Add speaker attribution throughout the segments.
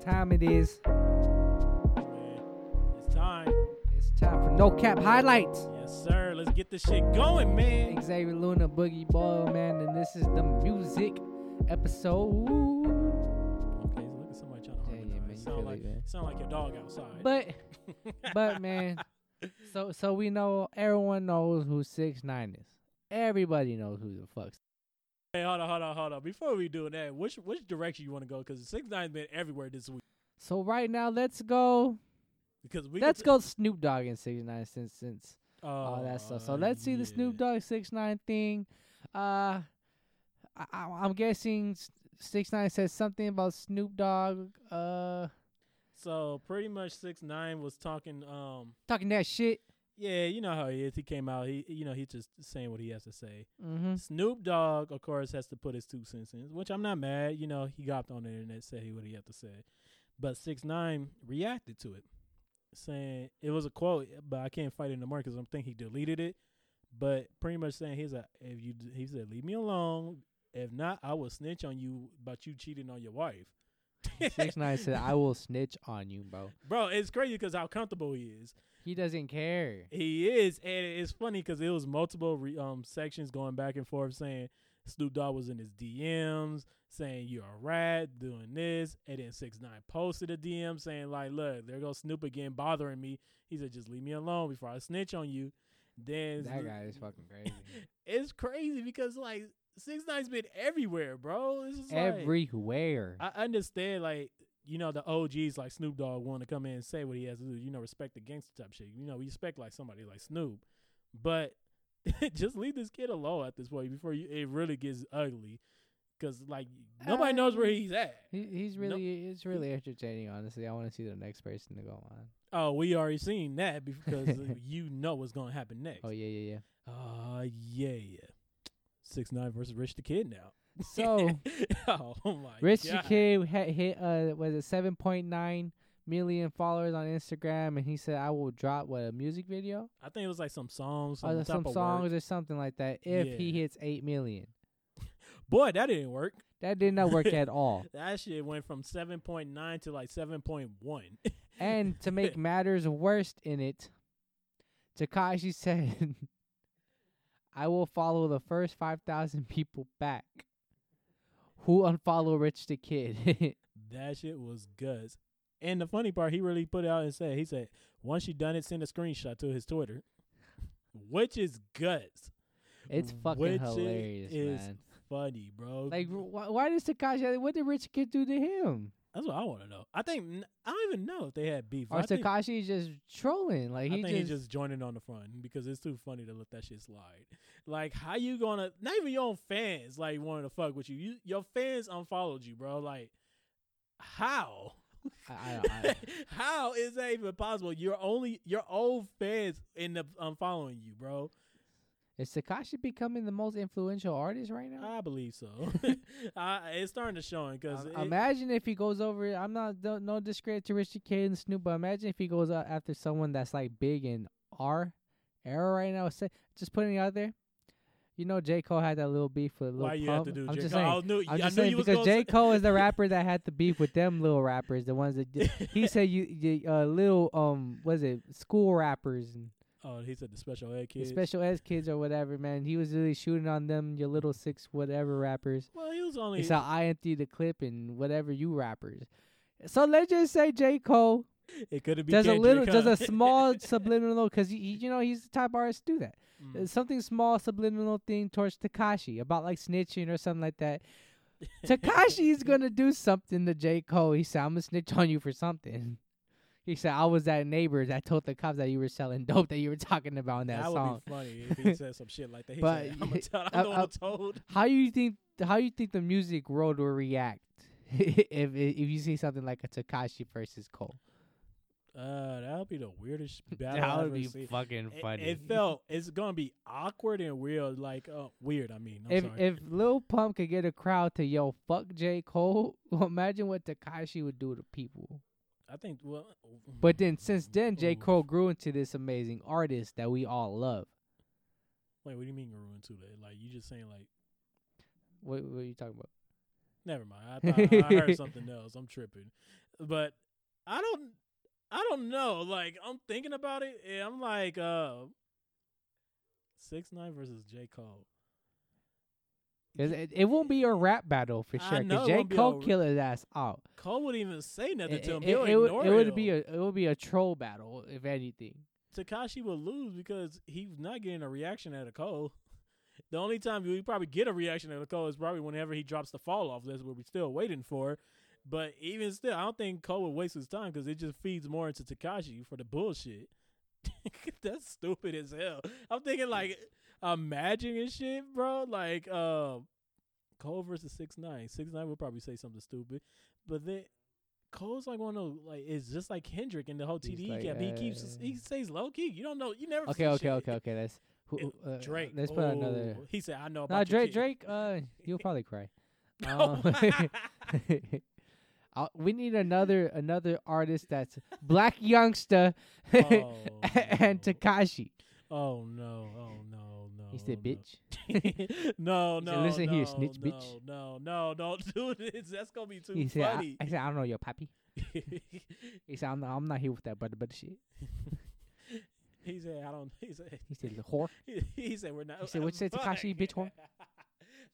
Speaker 1: time it is.
Speaker 2: It's time.
Speaker 1: It's time for no cap highlights.
Speaker 2: Yes, sir. Let's get this shit going, man.
Speaker 1: Xavier Luna, Boogie Boy, man, and this is the music episode.
Speaker 2: Okay, look at somebody trying to
Speaker 1: Yeah, yeah, man, you
Speaker 2: harmonize.
Speaker 1: feel
Speaker 2: Sound like
Speaker 1: it, man.
Speaker 2: sound like your dog outside.
Speaker 1: But, but man, so so we know everyone knows who six nine is. Everybody knows who the fuck.
Speaker 2: hey, hold on, hold on, hold on. Before we do that, which which direction you want to go? Because Six Nine's been everywhere this week.
Speaker 1: So right now, let's go.
Speaker 2: Because we Oh,
Speaker 1: let's go Snoop Dogg and six nine since since
Speaker 2: go
Speaker 1: all that stuff. Oh,
Speaker 2: Uh,
Speaker 1: So let's see the Snoop Dogg six nine thing. Uh, I, I, I'm guessing six nine says something about Snoop Dogg. Uh,
Speaker 2: So pretty much Six Nine was talking. Um,
Speaker 1: talking that shit.
Speaker 2: yeah, you know how he is. He came out. He you know he's just saying what he has to say.
Speaker 1: Mm-hmm.
Speaker 2: Snoop Dogg, of course, has to put his two cents in, which I'm not mad. You know, he got on the internet, said he what he had to say, but Six Nine reacted to it, saying it was a quote, but I can't fight it anymore because I'm thinking he deleted it. But pretty much saying he's a if you d- he said leave me alone. If not, I will snitch on you about you cheating on your wife.
Speaker 1: Six nine said, "I will snitch on you, bro."
Speaker 2: Bro, it's crazy because how comfortable he is.
Speaker 1: He doesn't care.
Speaker 2: He is, and it's funny because it was multiple re- um sections going back and forth saying Snoop Dogg was in his DMs saying you're a rat, doing this, and then Six Nine posted a DM saying like, look, there goes Snoop again bothering me. He said, just leave me alone before I snitch on you. Then
Speaker 1: That
Speaker 2: Snoop-
Speaker 1: guy is fucking crazy.
Speaker 2: It's crazy because like Six Nine's been everywhere, bro. It's just like-
Speaker 1: Everywhere.
Speaker 2: I understand, like, you know, the OGs like Snoop Dogg want to come in and say what he has to do, you know, respect the gangster type shit. You know, we respect like somebody like Snoop. But just leave this kid alone at this point before you, it really gets ugly. Cause like nobody knows where he's at.
Speaker 1: He, he's
Speaker 2: Nope.
Speaker 1: really, it's really entertaining. Honestly, I want to see the next person to go on.
Speaker 2: Oh, we already seen that because you know what's gonna happen next.
Speaker 1: Oh yeah, yeah, yeah.
Speaker 2: Uh, yeah, yeah. Six nine versus Rich the Kid now.
Speaker 1: So
Speaker 2: oh my
Speaker 1: Rich the
Speaker 2: God.
Speaker 1: Kid had hit uh was it seven point nine million followers on Instagram, and he said, "I will drop what a music video
Speaker 2: I think it was like some songs, some,
Speaker 1: or
Speaker 2: type
Speaker 1: Oh, some
Speaker 2: of
Speaker 1: songs
Speaker 2: Work.
Speaker 1: or something like that." If he
Speaker 2: Yeah.
Speaker 1: hits eight million,
Speaker 2: Boy, that didn't work.
Speaker 1: that did not work at all.
Speaker 2: That shit went from 7.9 to like 7.1.
Speaker 1: And to make matters worse in it, Takashi said, I will follow the first 5,000 people back who unfollow Rich the Kid.
Speaker 2: that shit was guts. And the funny part, he really put it out and said, he said, once you done it, send a screenshot to his Twitter, which is guts.
Speaker 1: it's fucking
Speaker 2: Which it
Speaker 1: hilarious,
Speaker 2: is
Speaker 1: man.
Speaker 2: Funny, bro.
Speaker 1: Like, why, why does Takashi, what did Rich the Kid do to him?
Speaker 2: That's what I want to know. I think, n- I don't even know if they had beef.
Speaker 1: Or
Speaker 2: I think, I
Speaker 1: Takashi is just trolling. Like, he
Speaker 2: think
Speaker 1: just,
Speaker 2: he just joined it on the front because it's too funny to let that shit slide. Like, how you gonna, not even your own fans, like, wanted to fuck with you. you. Your fans unfollowed you, bro. Like, how?
Speaker 1: I, I, don't- I,
Speaker 2: How is that even possible? You're only your old fans end up unfollowing you, bro.
Speaker 1: is Takashi becoming the most influential artist right now?
Speaker 2: I believe so. I, it's starting to show because
Speaker 1: Um, imagine if he goes over. I'm not no- no discredit to Richie Kid and Snoop, but imagine if he goes out after someone that's like big in our era right now. Say, just putting it out there. You know, J Cole had that little beef with Lil
Speaker 2: why you have
Speaker 1: Pump.
Speaker 2: to do
Speaker 1: I'm
Speaker 2: J.
Speaker 1: just
Speaker 2: Cole. I
Speaker 1: saying.
Speaker 2: knew,
Speaker 1: I'm
Speaker 2: I
Speaker 1: just
Speaker 2: knew you
Speaker 1: saying
Speaker 2: was
Speaker 1: because
Speaker 2: gonna
Speaker 1: J
Speaker 2: say-
Speaker 1: Cole is the rapper that had the beef with them little rappers, the ones that did, he said you, you uh, little um was it school rappers and
Speaker 2: Oh, he said the special ed
Speaker 1: the
Speaker 2: kids.
Speaker 1: special ed kids or whatever. Man, he was really shooting on them, your little six whatever rappers.
Speaker 2: well, he was only.
Speaker 1: It's how I empty the clip and whatever you rappers. So let's just say J. Cole
Speaker 2: it could have been
Speaker 1: does a little,
Speaker 2: Kendrick,
Speaker 1: does a
Speaker 2: huh?
Speaker 1: small subliminal, because he, he- you know he's the type artist to do that.
Speaker 2: Mm.
Speaker 1: Uh, Something small subliminal thing towards Takashi about like snitching or something like that. Takashi is gonna do something to J. Cole. He said, "I'm gonna snitch on you for something." He said, "I was that neighbor that told the cops that you were selling dope that you were talking about in that,
Speaker 2: that
Speaker 1: song."
Speaker 2: would be funny if he said some shit like that. He
Speaker 1: But
Speaker 2: said, "I'm gonna
Speaker 1: y-
Speaker 2: tell.
Speaker 1: I-
Speaker 2: I'm the one
Speaker 1: I-
Speaker 2: who told."
Speaker 1: How you think how you think the music world will react if if you see something like a Takashi versus Cole?
Speaker 2: Uh, that would be the weirdest battle
Speaker 1: That
Speaker 2: I've
Speaker 1: would
Speaker 2: ever
Speaker 1: be
Speaker 2: seen.
Speaker 1: fucking
Speaker 2: It-
Speaker 1: funny.
Speaker 2: It, felt it's gonna be awkward and weird. Like uh, weird. I mean, I'm
Speaker 1: if
Speaker 2: sorry.
Speaker 1: if Lil Pump could get a crowd to yell "fuck J Cole," imagine what Takashi would do to people.
Speaker 2: I think well,
Speaker 1: But then since then, J
Speaker 2: Ooh.
Speaker 1: Cole grew into this amazing artist that we all love.
Speaker 2: Wait, what do you mean ruin to that? Like you just saying like,
Speaker 1: What, what are you talking about?
Speaker 2: never mind. I thought I heard something else. I'm tripping. But I don't I don't know. Like I'm thinking about it and I'm like uh Six Nine versus J. Cole.
Speaker 1: 'Cause it, it won't be a rap battle for
Speaker 2: I
Speaker 1: sure.
Speaker 2: know it
Speaker 1: Cause J
Speaker 2: won't be
Speaker 1: Cole
Speaker 2: a-
Speaker 1: kill his ass out.
Speaker 2: Cole wouldn't even say nothing
Speaker 1: It,
Speaker 2: to him.
Speaker 1: it-
Speaker 2: He'll
Speaker 1: it would,
Speaker 2: ignore
Speaker 1: it would
Speaker 2: him.
Speaker 1: be a it would be a troll battle if anything.
Speaker 2: Takashi will lose because he's not getting a reaction out of Cole. The only time you probably get a reaction out of Cole is probably whenever he drops the fall off. That's what we're still waiting for. But even still, I don't think Cole would waste his time because it just feeds more into Takashi for the bullshit. That's stupid as hell. I'm thinking like imagine and shit, bro. Like uh, Cole versus six nine. Six nine would probably say something stupid, but then Cole's like one of those, like it's just like Kendrick in the whole
Speaker 1: He's
Speaker 2: TDE
Speaker 1: like,
Speaker 2: camp. he keeps
Speaker 1: uh,
Speaker 2: he stays low key. You don't know. You never see
Speaker 1: Okay, okay,
Speaker 2: shit.
Speaker 1: okay, okay. Let's who,
Speaker 2: And
Speaker 1: who- uh,
Speaker 2: Drake.
Speaker 1: Let's put another.
Speaker 2: Ooh, He said, "I know about
Speaker 1: Nah,
Speaker 2: your
Speaker 1: Drake.
Speaker 2: kid." Oh.
Speaker 1: Drake. Uh, he'll probably cry.
Speaker 2: No.
Speaker 1: Um, I'll- Uh, we need another another artist that's black youngster
Speaker 2: oh,
Speaker 1: and
Speaker 2: no.
Speaker 1: Takashi.
Speaker 2: Oh no! Oh no! No!
Speaker 1: He said,
Speaker 2: Oh, no.
Speaker 1: "Bitch."
Speaker 2: no,
Speaker 1: He
Speaker 2: no,
Speaker 1: said, "Listen
Speaker 2: no,
Speaker 1: here, snitch
Speaker 2: no,
Speaker 1: bitch."
Speaker 2: No, no, don't do this. That's gonna be too
Speaker 1: He said, I,
Speaker 2: funny.
Speaker 1: "I said I don't know your pappy." He said, "I'm not, I'm not here with that butter butter shit."
Speaker 2: he said, "I don't." He said,
Speaker 1: He said, "The whore."
Speaker 2: he, he said, "We're not."
Speaker 1: He said, "What you say, Tekashi, bitch whore?"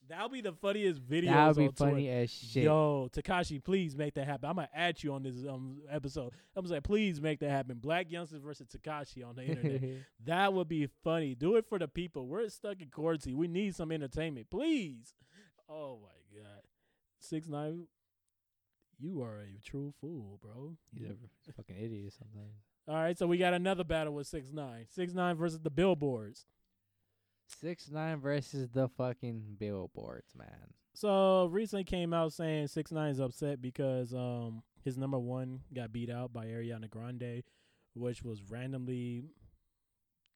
Speaker 2: That'll be the funniest video.
Speaker 1: That would be funny as shit.
Speaker 2: Yo, Takashi, please make that happen. I'm gonna at you on this um episode. I'm gonna say, please make that happen. Black youngsters versus Takashi on the internet. That would be funny. Do it for the people. We're stuck in quarantine. We need some entertainment, please. Oh my god, six nine, you are a true fool, bro.
Speaker 1: He's a fucking idiot sometimes.
Speaker 2: All right, so we got another battle with six nine. Six nine versus the Billboards.
Speaker 1: Six nine versus the fucking billboards, man.
Speaker 2: So recently came out saying six nine is upset because um his number one got beat out by Ariana Grande, which was randomly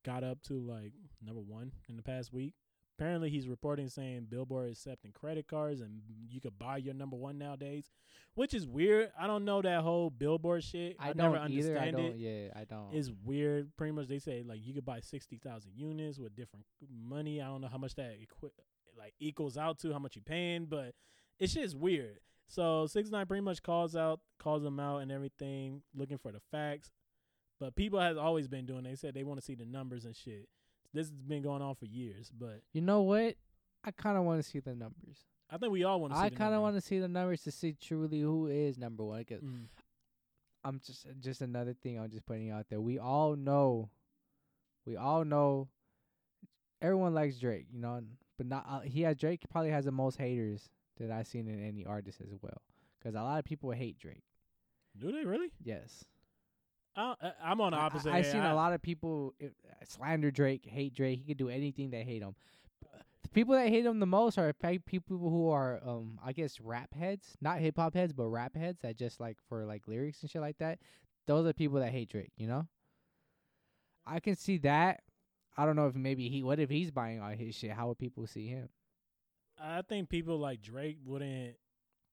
Speaker 2: got up to like number one in the past week. Apparently, he's reporting saying Billboard is accepting credit cards and you could buy your number one nowadays, which is weird. I don't know that whole Billboard shit. I,
Speaker 1: I, don't
Speaker 2: never
Speaker 1: either. I
Speaker 2: understand
Speaker 1: don't.
Speaker 2: it.
Speaker 1: Yeah, I don't.
Speaker 2: It's weird. Pretty much, they say like you could buy sixty thousand units with different money. I don't know how much that equi- like equals out to how much you paying, but it's just weird. So six nine pretty much calls out, calls them out, and everything, looking for the facts. But people has always been doing. They said they want to see the numbers and shit. This has been going on for years, but
Speaker 1: you know what? I kind of want to see the numbers.
Speaker 2: I think we all want to. see
Speaker 1: I
Speaker 2: the
Speaker 1: kind of
Speaker 2: numbers.
Speaker 1: want to see the numbers to see truly who is number one. Cause
Speaker 2: Mm.
Speaker 1: I'm just uh, just another thing I'm just putting out there. We all know, we all know, everyone likes Drake, you know, and- but not uh, he has Drake probably has the most haters that I've seen in any artist as well. Cause a lot of people hate Drake.
Speaker 2: Do they really?
Speaker 1: Yes,
Speaker 2: I, I, I'm on the
Speaker 1: I- I-
Speaker 2: opposite.
Speaker 1: I've
Speaker 2: end.
Speaker 1: seen
Speaker 2: I-
Speaker 1: a lot of people uh, slander Drake, hate Drake. He could do anything that hate him. The people that hate him the most are pe- people who are, um, I guess, rap heads, not hip hop heads, but rap heads that just like for like lyrics and shit like that. Those are people that hate Drake. You know, I can see that. I don't know if maybe he. What if he's buying all his shit? How would people see him?
Speaker 2: I think people like Drake wouldn't.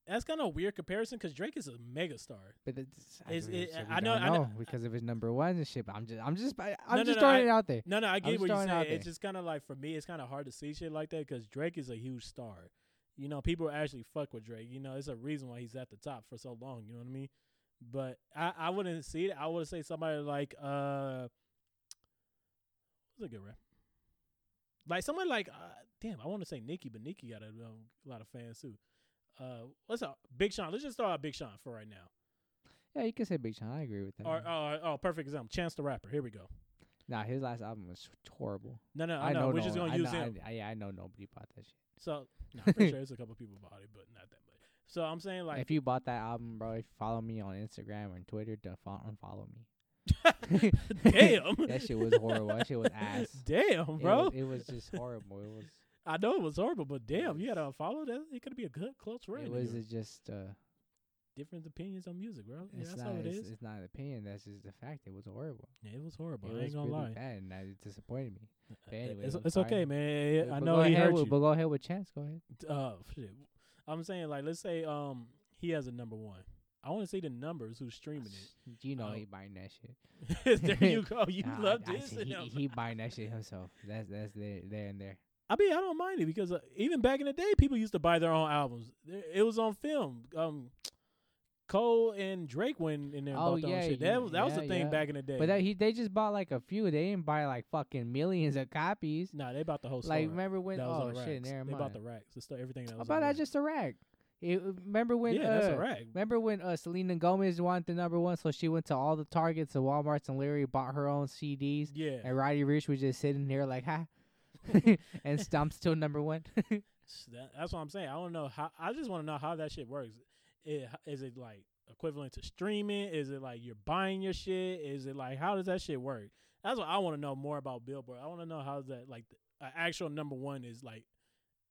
Speaker 2: That's kind of a weird comparison because Drake is a megastar.
Speaker 1: But it's,
Speaker 2: Is
Speaker 1: don't know,
Speaker 2: it-
Speaker 1: so we
Speaker 2: I
Speaker 1: don't
Speaker 2: know- I know-
Speaker 1: because of his number one and shit. But I'm just, I'm just, I-
Speaker 2: No,
Speaker 1: I'm
Speaker 2: no,
Speaker 1: just
Speaker 2: no,
Speaker 1: throwing
Speaker 2: I-
Speaker 1: it out there.
Speaker 2: No, no, I get
Speaker 1: just
Speaker 2: what you're
Speaker 1: throwing it out
Speaker 2: saying. It's
Speaker 1: there.
Speaker 2: just kind of like for me, it's kind of hard to see shit like that because Drake is a huge star. You know, people actually fuck with Drake. You know, it's a reason why he's at the top for so long. You know what I mean? But I, I wouldn't see it. I would say somebody like uh, what's a good rap? Like someone like uh, damn, I want to say Nicki, but Nicki got a, um, lot of fans too. Uh, what's up, Big Sean? Let's just throw out Big Sean for right now.
Speaker 1: Yeah, you can say Big Sean. I agree with that.
Speaker 2: Or,
Speaker 1: Mm-hmm.
Speaker 2: or, oh, perfect example, Chance the Rapper. Here we go.
Speaker 1: Nah, his last album was horrible.
Speaker 2: No, no, I, know. We're just
Speaker 1: no one-
Speaker 2: gonna
Speaker 1: I
Speaker 2: use
Speaker 1: know,
Speaker 2: him.
Speaker 1: I, I, yeah, I know nobody bought that shit.
Speaker 2: So no, I'm pretty sure there's a couple people bought it, but not that much. So I'm saying like
Speaker 1: if you bought that album, bro, if you follow me on Instagram and Twitter, don't fo- unfollow me.
Speaker 2: Damn.
Speaker 1: that shit was horrible. That shit was ass.
Speaker 2: Damn,
Speaker 1: It
Speaker 2: bro.
Speaker 1: was- it was just horrible. It was.
Speaker 2: I know it was horrible, but damn, you gotta follow that. It could be a good close friend.
Speaker 1: It
Speaker 2: of
Speaker 1: was
Speaker 2: yours.
Speaker 1: just. Uh,
Speaker 2: different opinions on music, bro. Yeah,
Speaker 1: it's
Speaker 2: that's
Speaker 1: not.
Speaker 2: how it
Speaker 1: it's,
Speaker 2: is.
Speaker 1: it's not an opinion. That's just the fact. It was horrible.
Speaker 2: Yeah, it was horrible.
Speaker 1: it
Speaker 2: I ain't
Speaker 1: was
Speaker 2: gonna
Speaker 1: really
Speaker 2: lie.
Speaker 1: bad, and that it disappointed me.
Speaker 2: Uh,
Speaker 1: anyway,
Speaker 2: it's,
Speaker 1: I'm
Speaker 2: it's
Speaker 1: sorry.
Speaker 2: okay, man.
Speaker 1: But-
Speaker 2: I
Speaker 1: but
Speaker 2: know
Speaker 1: go
Speaker 2: he
Speaker 1: ahead
Speaker 2: hurt
Speaker 1: with,
Speaker 2: you.
Speaker 1: But go ahead with Chance. Go ahead.
Speaker 2: uh shit. I'm saying like let's say um he has a number one. I want to see the numbers who's streaming
Speaker 1: You know
Speaker 2: Oh.
Speaker 1: he buying that shit.
Speaker 2: it. there you go. You
Speaker 1: Nah, I-
Speaker 2: love
Speaker 1: I
Speaker 2: this.
Speaker 1: said he, he buying that shit himself. That's that's there there and there.
Speaker 2: I mean, I don't mind it because uh, even back in the day, people used to buy their own albums. It it was on film. Um, Cole and Drake went in there and
Speaker 1: Oh,
Speaker 2: bought their own
Speaker 1: yeah,
Speaker 2: shit.
Speaker 1: yeah,
Speaker 2: That was that was the
Speaker 1: yeah,
Speaker 2: thing
Speaker 1: yeah.
Speaker 2: back in the day.
Speaker 1: But that, he they just bought like a few. They didn't buy like fucking millions of copies.
Speaker 2: nah, they bought the whole store.
Speaker 1: Like remember when?
Speaker 2: that was
Speaker 1: Oh
Speaker 2: on
Speaker 1: shit,
Speaker 2: racks.
Speaker 1: never
Speaker 2: They bought
Speaker 1: mind.
Speaker 2: the racks. The stuff, everything that
Speaker 1: How
Speaker 2: was.
Speaker 1: about
Speaker 2: on
Speaker 1: that?
Speaker 2: racks.
Speaker 1: Just a rag. It, remember when?
Speaker 2: yeah,
Speaker 1: uh,
Speaker 2: that's a rack.
Speaker 1: Remember when uh, Selena Gomez wanted the number one, so she went to all the Targets and Walmarts and Larry bought her own CDs,
Speaker 2: Yeah,
Speaker 1: and Roddy Rich was just sitting there like, ha, and stomps still number one.
Speaker 2: S- that- that's what I'm saying. I don't know how. I just want to know how that shit works. It, is it like equivalent to streaming? Is it like you're buying your shit? Is it like how does that shit work? That's what I want to know more about Billboard. I want to know how that like the, uh, actual number one is like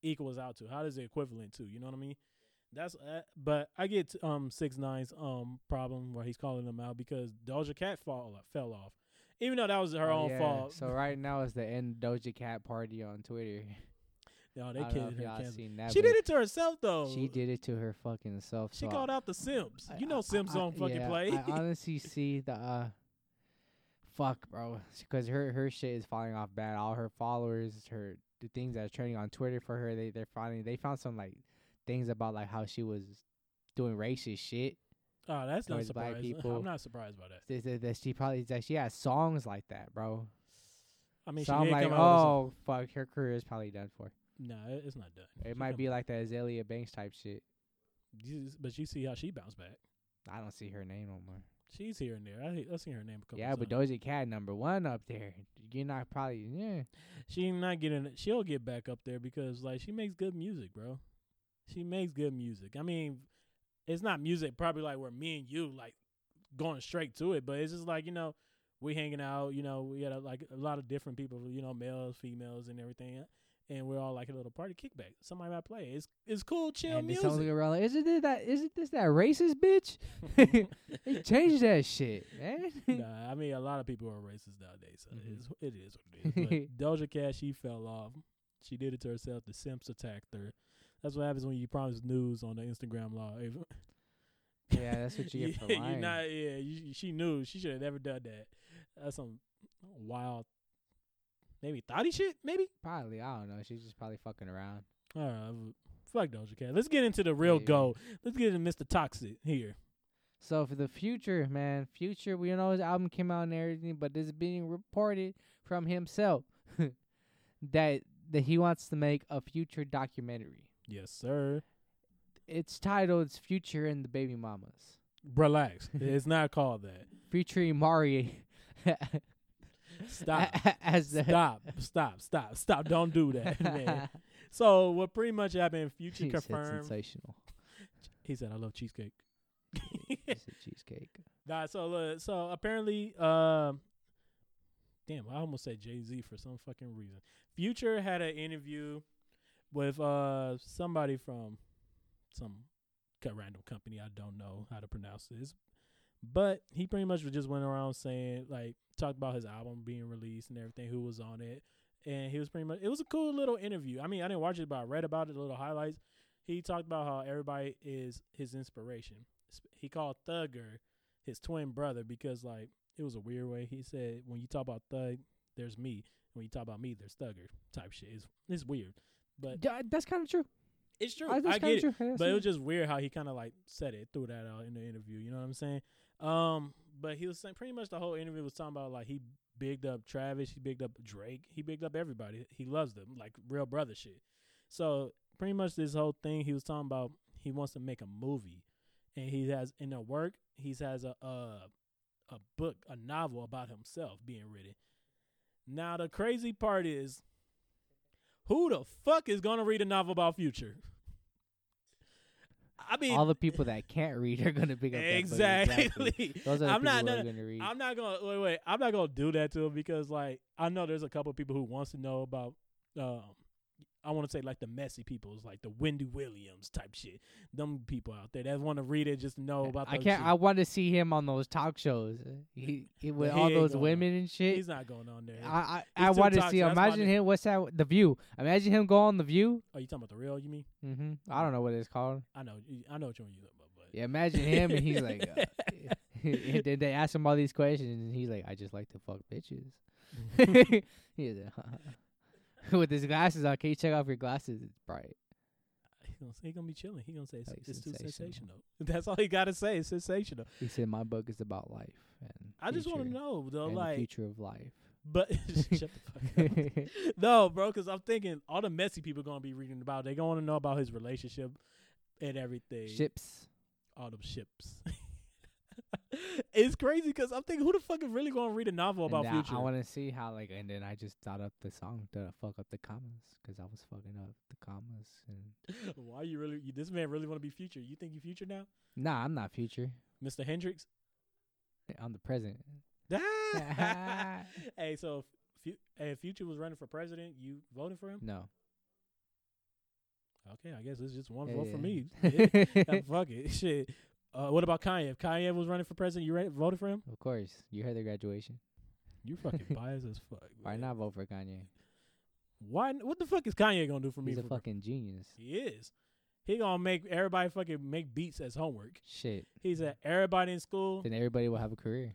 Speaker 2: equals out to. How does it equivalent to? You know what I mean? That's uh, but I get um six nines um problem where he's calling them out because Doja Cat fall uh, fell off, even though that was her
Speaker 1: Oh,
Speaker 2: own
Speaker 1: yeah.
Speaker 2: fault.
Speaker 1: So right now is the end Doja Cat party on Twitter.
Speaker 2: no,
Speaker 1: I
Speaker 2: they
Speaker 1: don't know
Speaker 2: kidded
Speaker 1: if
Speaker 2: her.
Speaker 1: y'all
Speaker 2: cancel.
Speaker 1: seen that.
Speaker 2: She
Speaker 1: but
Speaker 2: did it to herself though.
Speaker 1: She did it to her fucking self.
Speaker 2: Oh. She
Speaker 1: so I-
Speaker 2: called out the Sims.
Speaker 1: I-
Speaker 2: You know
Speaker 1: I-
Speaker 2: Sims
Speaker 1: I-
Speaker 2: don't fucking
Speaker 1: yeah,
Speaker 2: play.
Speaker 1: I honestly see the uh, fuck, bro, because her her shit is falling off bad. All her followers, her the things that are trending on Twitter for her, they they're finding they found some like things about like how she was doing racist shit.
Speaker 2: oh, that's not
Speaker 1: towards black
Speaker 2: surprising.
Speaker 1: people.
Speaker 2: I'm not surprised by that.
Speaker 1: They said That she probably that she has songs like that, bro.
Speaker 2: I mean,
Speaker 1: so
Speaker 2: she
Speaker 1: I'm
Speaker 2: did
Speaker 1: like,
Speaker 2: come out.
Speaker 1: oh fuck, her career is probably done for.
Speaker 2: With some, nah, it- it's not done.
Speaker 1: It
Speaker 2: She
Speaker 1: might
Speaker 2: come-
Speaker 1: be like that Azalea Banks type shit.
Speaker 2: You- but you see how she bounced back.
Speaker 1: I don't see her name no more.
Speaker 2: She's here and there. I I seen her name a couple
Speaker 1: Yeah, but
Speaker 2: times.
Speaker 1: Doja Cat number one up there. You're not probably yeah.
Speaker 2: she not getting. She'll get back up there because like she makes good music, bro. She makes good music. I mean, it's not music probably like where me and you like going straight to it, but it's just like you know we hanging out. You know, we had a, like a lot of different people. You know, males, females, and everything. And we're all like a little party kickback. Somebody might play. It's it's cool, chill
Speaker 1: and
Speaker 2: music.
Speaker 1: it's only around like, isn't it that isn't this that racist bitch? they changed that shit, man.
Speaker 2: nah, I mean a lot of people are racist nowadays. So
Speaker 1: Mhm.
Speaker 2: it's, it is what it is. But Doja Cat, she fell off. She did it to herself. The Simps attacked her. That's what happens when you promise news on the Instagram live.
Speaker 1: yeah, that's what you get for
Speaker 2: you
Speaker 1: lying.
Speaker 2: not, yeah, you, she knew she should have never done that. That's some wild, maybe thoughty shit. Maybe.
Speaker 1: Probably, I don't know. She's just probably fucking around.
Speaker 2: All right, fuck Doja Cat. Let's get into the real
Speaker 1: Yeah.
Speaker 2: go. Let's get into Mr. Toxic here.
Speaker 1: So for the future, man, future, we know his album came out and everything, but this is being reported from himself that that he wants to make a future documentary.
Speaker 2: Yes, sir.
Speaker 1: It's titled "Future and the Baby Mamas,"
Speaker 2: Relax. it's not called that.
Speaker 1: featuring Mari.
Speaker 2: Stop.
Speaker 1: as the
Speaker 2: stop, stop, stop, stop. Don't do that, man. So what pretty much happened, Future
Speaker 1: She said
Speaker 2: confirmed.
Speaker 1: sensational.
Speaker 2: He said, I love cheesecake.
Speaker 1: It's a cheesecake.
Speaker 2: nah, so look, so apparently, um damn, I almost said Jay Z for some fucking reason. Future had an interview with uh somebody from some co- random company. I don't know how to pronounce this, but he pretty much just went around saying like talked about his album being released and everything, who was on it, and he was pretty much. It was a cool little interview. I mean, I didn't watch it, but I read about it, little highlights. He talked about how everybody is his inspiration. Sp- He called Thugger his twin brother because like it was a weird way. He said when you talk about Thug, there's me. When you talk about me, there's Thugger type shit. It's, it's weird, but
Speaker 1: Yeah, that's kind of true.
Speaker 2: it's true.
Speaker 1: Uh,
Speaker 2: I,
Speaker 1: that's
Speaker 2: get it
Speaker 1: kinda true. Yeah,
Speaker 2: but it was
Speaker 1: that's
Speaker 2: just weird how he kind of like said it, threw that out in the interview. You know what I'm saying? Um, but he was saying pretty much the whole interview was talking about like he bigged up Travis, he bigged up Drake, he bigged up everybody. He loves them like real brother shit. So pretty much this whole thing he was talking about, he wants to make a movie, and he has in the work he has a uh a book, a novel about himself being written. Now the crazy part is, who the fuck is gonna read a novel about future? I mean,
Speaker 1: all the people that can't read are gonna pick up that book,
Speaker 2: exactly.
Speaker 1: Those are the
Speaker 2: I'm
Speaker 1: people
Speaker 2: not.
Speaker 1: who are
Speaker 2: Gonna,
Speaker 1: gonna read.
Speaker 2: I'm not gonna wait. Wait. I'm not gonna do that to him because like I know there's a couple people who wants to know about. Um, I want to say like the messy peoples, like the Wendy Williams type shit. Them people out there that want to read it just to know about.
Speaker 1: I
Speaker 2: those
Speaker 1: can't.
Speaker 2: shit.
Speaker 1: I want to see him on those talk shows. He, he with
Speaker 2: He
Speaker 1: all
Speaker 2: ain't
Speaker 1: those
Speaker 2: going
Speaker 1: women and shit.
Speaker 2: He's not going on there.
Speaker 1: I
Speaker 2: he's
Speaker 1: I, I
Speaker 2: too
Speaker 1: want to
Speaker 2: toxic,
Speaker 1: see. him.
Speaker 2: that's why I
Speaker 1: Imagine
Speaker 2: didn't-
Speaker 1: him. What's that? The View. Imagine him go on the View.
Speaker 2: Are Oh, you talking about the real? You mean?
Speaker 1: hmm I don't know what it's called.
Speaker 2: I know. I know what you mean. But
Speaker 1: Yeah, imagine him and he's like. Uh, and then they ask him all these questions and he's like, I just like to fuck bitches. he's like, with his glasses on, can you check off your glasses? It's bright.
Speaker 2: gonna, he gonna be chilling. He gonna say it's,
Speaker 1: Like
Speaker 2: it's too sensational.
Speaker 1: sensational.
Speaker 2: That's all he gotta say. It's sensational.
Speaker 1: He said my book is about life and
Speaker 2: I just want to
Speaker 1: future
Speaker 2: know though,
Speaker 1: and the
Speaker 2: like,
Speaker 1: future of life.
Speaker 2: but shut the fuck up. no, bro, because I'm thinking all the messy people gonna be reading about. They gonna want to know about his relationship and everything.
Speaker 1: Ships.
Speaker 2: All them ships. it's crazy because I'm thinking, who the fuck is really gonna read a novel
Speaker 1: And
Speaker 2: about
Speaker 1: now
Speaker 2: future?
Speaker 1: I want to see how like, and then I just thought up the song to fuck up the commas because I was fucking up the commas. And
Speaker 2: Why you really? You, this man really want to be future? You think you future now,
Speaker 1: nah, I'm not future.
Speaker 2: Mr. Hendrix?
Speaker 1: I'm the present.
Speaker 2: hey, so if, fu- hey, if future was running for president, you voting for him?
Speaker 1: No.
Speaker 2: Okay, I guess it's just one
Speaker 1: Yeah,
Speaker 2: vote for
Speaker 1: yeah.
Speaker 2: me. Yeah. Uh, fuck it, shit. Uh, what about Kanye? If Kanye was running for president, you ra- voted for him?
Speaker 1: of course, you heard the graduation.
Speaker 2: You fucking biased as fuck.
Speaker 1: Why
Speaker 2: man.
Speaker 1: not vote for Kanye?
Speaker 2: Why? n- What the fuck is Kanye gonna do for me?
Speaker 1: He's a
Speaker 2: for pre-
Speaker 1: fucking genius.
Speaker 2: he is. He gonna make everybody fucking make beats as homework.
Speaker 1: Shit.
Speaker 2: He said everybody in school.
Speaker 1: Then everybody will have a career.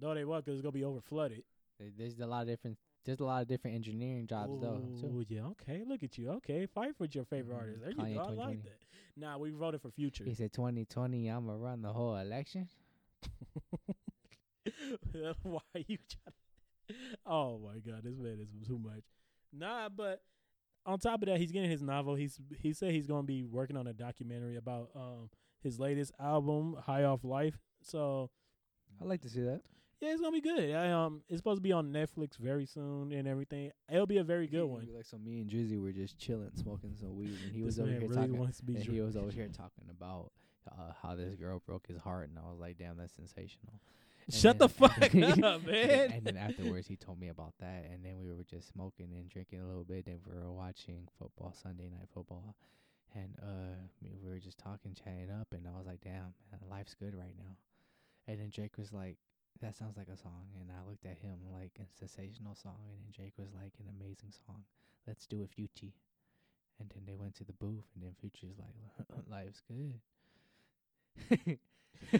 Speaker 2: No, they was 'cause it's gonna be over flooded.
Speaker 1: There- There's a lot of different. There's a lot of different engineering jobs though. Too.
Speaker 2: Ooh, yeah. Okay, look at you. Okay, fight for your favorite
Speaker 1: Mhm.
Speaker 2: artist. There
Speaker 1: Kanye
Speaker 2: you go. I
Speaker 1: 2020.
Speaker 2: like that. Nah, we voted for Future.
Speaker 1: He said 2020. I'ma run the whole election.
Speaker 2: Why are you trying? Oh my god, this man is too much. Nah, but on top of that, he's getting his novel. He's he said he's gonna be working on a documentary about um his latest album, High Off Life. So
Speaker 1: I like to see that.
Speaker 2: yeah, it's gonna be good. I, um, it's supposed to be on Netflix very soon and everything. It'll be a very good one.
Speaker 1: Like so, me and Drizzy were just chilling, smoking some weed, and he
Speaker 2: This
Speaker 1: was over
Speaker 2: man
Speaker 1: here
Speaker 2: really
Speaker 1: talking.
Speaker 2: wants to be.
Speaker 1: And
Speaker 2: Dr-
Speaker 1: he was over here talking about uh, how this girl broke his heart, and I was like, "Damn, that's sensational." And
Speaker 2: Shut the
Speaker 1: then-
Speaker 2: fuck up,
Speaker 1: and then-
Speaker 2: man.
Speaker 1: And then afterwards, he told me about that, and then we were just smoking and drinking a little bit, and we were watching football, Sunday night football, and uh, we we were just talking, chatting up, and I was like, "Damn, man, life's good right now." And then Drake was like, "That sounds like a song," and I looked at him like a sensational song, and then Drake was like, "An amazing song. Let's do it, Future." And then they went to the booth, and then Future's like, "Life's good."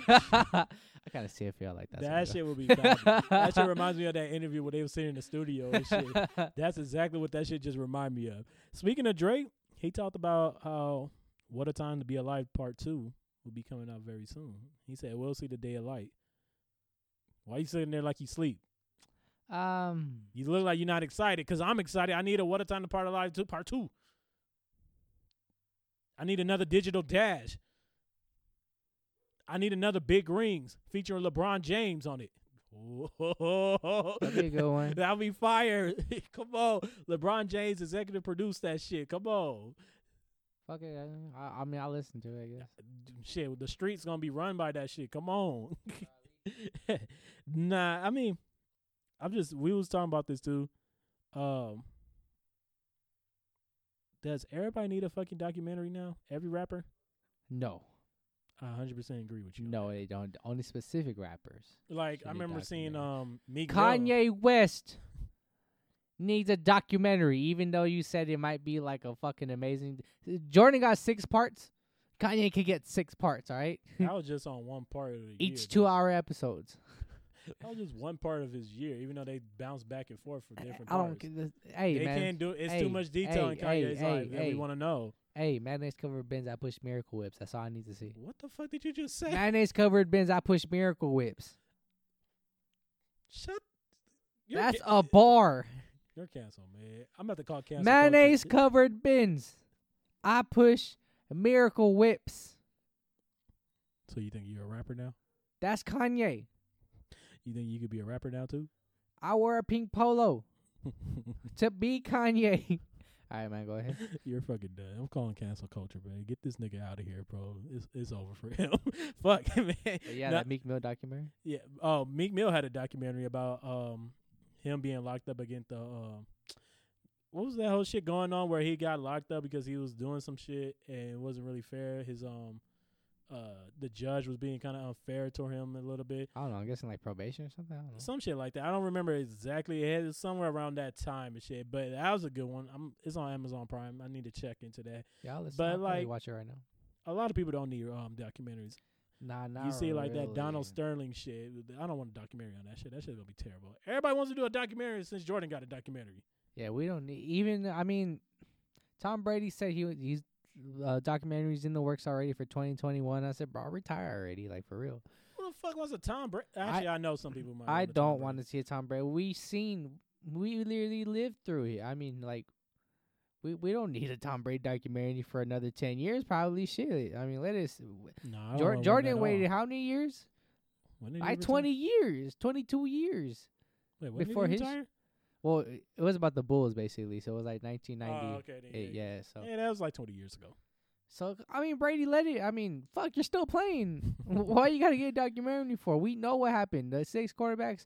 Speaker 1: I kind of see it feel like that's
Speaker 2: that shit will be. comedy. that shit reminds me of that interview where they were sitting in the studio and shit. That's exactly what that shit just remind me of. Speaking of Drake, he talked about how "What a Time to Be Alive" Part Two will be coming out very soon. He said we'll see the day of light. Why you sitting there like you sleep?
Speaker 1: um,
Speaker 2: You look like you're not excited. Cause I'm excited. I need a "What a Time to Part Alive" Two Part Two. I need another digital dash. I need another big rings featuring LeBron James on it.
Speaker 1: that'd be a good one.
Speaker 2: That'll be fire. Come on. LeBron James executive produced that shit. Come on.
Speaker 1: Fuck it. I, I- I mean, I listen to it. I guess.
Speaker 2: Shit, the streets gonna be run by that shit. Come on. nah, I mean, I'm just we was talking about this too. Um Does everybody need a fucking documentary now? Every rapper?
Speaker 1: No,
Speaker 2: I 100% agree with you.
Speaker 1: no, they don't. Only specific rappers.
Speaker 2: Like I
Speaker 1: Shitty
Speaker 2: remember seeing
Speaker 1: documentary.
Speaker 2: um Meek Mill.
Speaker 1: Kanye West needs a documentary, even though you said it might be like a fucking amazing. Jordan got six parts. Kanye could get six parts. All right,
Speaker 2: I was just on one part of the year,
Speaker 1: each
Speaker 2: bro.
Speaker 1: two-hour episodes.
Speaker 2: That was just one part of his year, even though they bounce back and forth for
Speaker 1: I-
Speaker 2: different
Speaker 1: I
Speaker 2: parts.
Speaker 1: don't. get this- Hey
Speaker 2: they
Speaker 1: man,
Speaker 2: can't do it's
Speaker 1: hey,
Speaker 2: too much detail in
Speaker 1: hey,
Speaker 2: Kanye's
Speaker 1: hey,
Speaker 2: life that
Speaker 1: hey.
Speaker 2: we want to know.
Speaker 1: hey, mayonnaise covered bins. I push miracle whips. That's all I need to see.
Speaker 2: What the fuck did you just say?
Speaker 1: mayonnaise covered bins. I push miracle whips.
Speaker 2: Shut. You're
Speaker 1: That's
Speaker 2: ca-
Speaker 1: a bar.
Speaker 2: You're canceled, man. I'm about to call cancel. culture.
Speaker 1: Mayonnaise covered bins. I push miracle whips.
Speaker 2: So you think you're a rapper now?
Speaker 1: That's Kanye.
Speaker 2: You think you could be a rapper now too?
Speaker 1: I wore a pink polo to be Kanye. All right, man, go ahead.
Speaker 2: you're fucking done. I'm calling cancel culture, man. Get this nigga out of here, bro. It's it's over for him. Fuck, man.
Speaker 1: But yeah,
Speaker 2: Nah,
Speaker 1: that Meek Mill documentary.
Speaker 2: Yeah. Oh, Meek Mill had a documentary about um him being locked up against the um what was that whole shit going on where he got locked up because he was doing some shit and it wasn't really fair. His um uh the judge was being kind of unfair to him a little bit.
Speaker 1: I don't know. I'm guessing like probation or something. I don't know.
Speaker 2: Mm-hmm. Some shit like that. I don't remember exactly. It was somewhere around that time and shit. But that was a good one. I'm, it's on Amazon Prime. I need to check into that.
Speaker 1: yeah, let's
Speaker 2: but,
Speaker 1: but like
Speaker 2: like,
Speaker 1: watch it right now.
Speaker 2: A lot of people don't need um documentaries.
Speaker 1: Nah, nah.
Speaker 2: you see like that Donald
Speaker 1: really.
Speaker 2: Sterling shit. I don't want a documentary on that shit. That shit's gonna be terrible. Everybody wants to do a documentary since Jordan got a documentary.
Speaker 1: Yeah, we don't need even. I mean, Tom Brady said he was- he's uh, documentaries in the works already for 2021. I said, bro, retire already, like for real.
Speaker 2: Who the fuck wants a Tom Brady? Actually, I, know some people might.
Speaker 1: I
Speaker 2: want a Tom
Speaker 1: don't
Speaker 2: Brady.
Speaker 1: want to see a Tom Brady. We seen, we literally lived through it. I mean, like, we we don't need a Tom Brady documentary for another 10 years, probably. Shit, I mean, let us.
Speaker 2: No, I don't
Speaker 1: Jor-
Speaker 2: want one at
Speaker 1: Jordan
Speaker 2: all.
Speaker 1: waited how many years?
Speaker 2: When did he
Speaker 1: I
Speaker 2: retire?
Speaker 1: 20 years, 22 years.
Speaker 2: Wait, when
Speaker 1: before
Speaker 2: did he
Speaker 1: his-
Speaker 2: retire?
Speaker 1: Well, it it was about the Bulls basically, so it was like
Speaker 2: Oh,
Speaker 1: 1998.
Speaker 2: okay. then, yeah, yeah.
Speaker 1: yeah, so
Speaker 2: Yeah, that was like 20 years ago.
Speaker 1: so I mean Brady let it. I mean, fuck, you're still playing. Why you gotta get a documentary for? We know what happened. The six quarterbacks,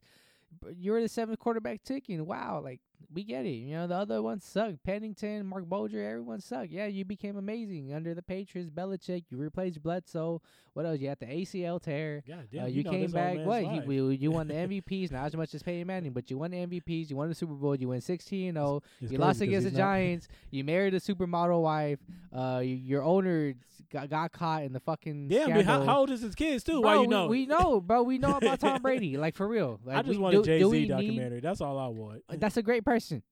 Speaker 1: b- you're the seventh quarterback ticking. Wow, like we get it. You know the other ones suck. Pennington, Mark Bolger, everyone sucked. Yeah, you became amazing under the Patriots. Belichick, you replaced Bledsoe. What else? You had the ACL tear.
Speaker 2: God damn.
Speaker 1: Uh,
Speaker 2: you
Speaker 1: you,
Speaker 2: know
Speaker 1: came
Speaker 2: this old
Speaker 1: back.
Speaker 2: man's
Speaker 1: What
Speaker 2: life.
Speaker 1: you, you you won the MVPs, not as much as Peyton Manning, but you won the MVPs. You won the Super Bowl. You went sixteen and oh. zero.
Speaker 2: It's
Speaker 1: You
Speaker 2: crazy
Speaker 1: lost
Speaker 2: 'cause
Speaker 1: against the
Speaker 2: he's not-
Speaker 1: Giants. You married a supermodel wife. Uh, y- your owner got, got caught in the fucking
Speaker 2: Damn, dude,
Speaker 1: scandal.
Speaker 2: how, how old is his kids
Speaker 1: Bro,
Speaker 2: too? Why you
Speaker 1: we,
Speaker 2: know?
Speaker 1: we know, bro. We know about Tom Brady, like for real. Like,
Speaker 2: I just
Speaker 1: we,
Speaker 2: want
Speaker 1: do,
Speaker 2: a Jay
Speaker 1: do we
Speaker 2: Z
Speaker 1: need-
Speaker 2: documentary. That's all I want.
Speaker 1: uh, that's a great person.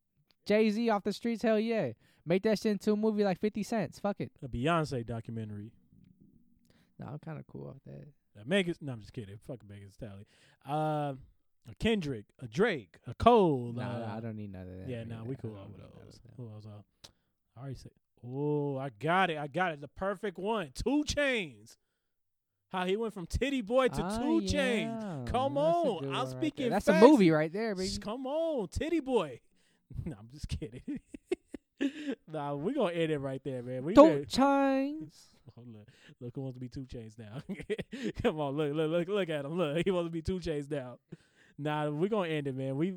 Speaker 1: Jay Z off the streets, hell yeah. Make that shit into a movie like Fifty Cents. Fuck it.
Speaker 2: A Beyonce documentary.
Speaker 1: No, I'm kind of cool off that.
Speaker 2: A Megan. No, I'm just kidding. Fuck Megan Stallion. Uh, a Kendrick. A Drake. A Cole.
Speaker 1: Nah,
Speaker 2: uh,
Speaker 1: nah, I don't need none of that.
Speaker 2: Yeah,
Speaker 1: right
Speaker 2: nah,
Speaker 1: now.
Speaker 2: we
Speaker 1: I
Speaker 2: cool
Speaker 1: don't
Speaker 2: on
Speaker 1: need none of
Speaker 2: those.
Speaker 1: that.
Speaker 2: Who else? uh, I already said. Oh, I got it. I got it. The perfect one. Two chains. How he went from titty boy to
Speaker 1: Ah,
Speaker 2: two chains.
Speaker 1: yeah.
Speaker 2: Come
Speaker 1: That's a
Speaker 2: on,
Speaker 1: good
Speaker 2: I'm
Speaker 1: one right there.
Speaker 2: speaking
Speaker 1: That's
Speaker 2: facts.
Speaker 1: a movie right there, baby.
Speaker 2: Shh, Come on, titty boy. no, I'm just kidding. nah, we gonna end it right there, man. We better-
Speaker 1: Don't chains.
Speaker 2: Hold on. Look who wants to be two chains now. Come on, look, look, look, look at him. Look, he wants to be two chains now. Nah, we're gonna end it, man. We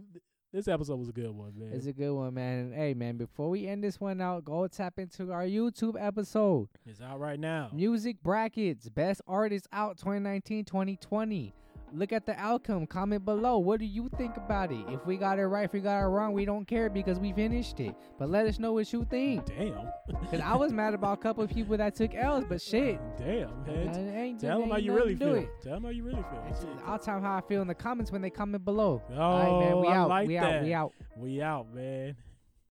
Speaker 2: this episode was a good one, man.
Speaker 1: It's a good one, man. And hey, man, before we end this one out, go tap into our YouTube episode.
Speaker 2: it's out right now.
Speaker 1: Music brackets, best artists out 2019 2020. Look at the outcome. Comment below. What do you think about it? If we got it right, if we got it wrong, we don't care because we finished it. But let us know what you think.
Speaker 2: Damn.
Speaker 1: Because I was mad about a couple of people that took L's, but shit.
Speaker 2: Damn,
Speaker 1: I
Speaker 2: man.
Speaker 1: ain't-
Speaker 2: Tell them how
Speaker 1: ain't
Speaker 2: you really
Speaker 1: nothing to
Speaker 2: feel.
Speaker 1: do it.
Speaker 2: Tell them how you really feel. Shit.
Speaker 1: I'll tell 'em how I feel in the comments when they comment below.
Speaker 2: Oh,
Speaker 1: All right, man. We
Speaker 2: I
Speaker 1: out.
Speaker 2: like
Speaker 1: we
Speaker 2: that.
Speaker 1: out. We out.
Speaker 2: We out, man.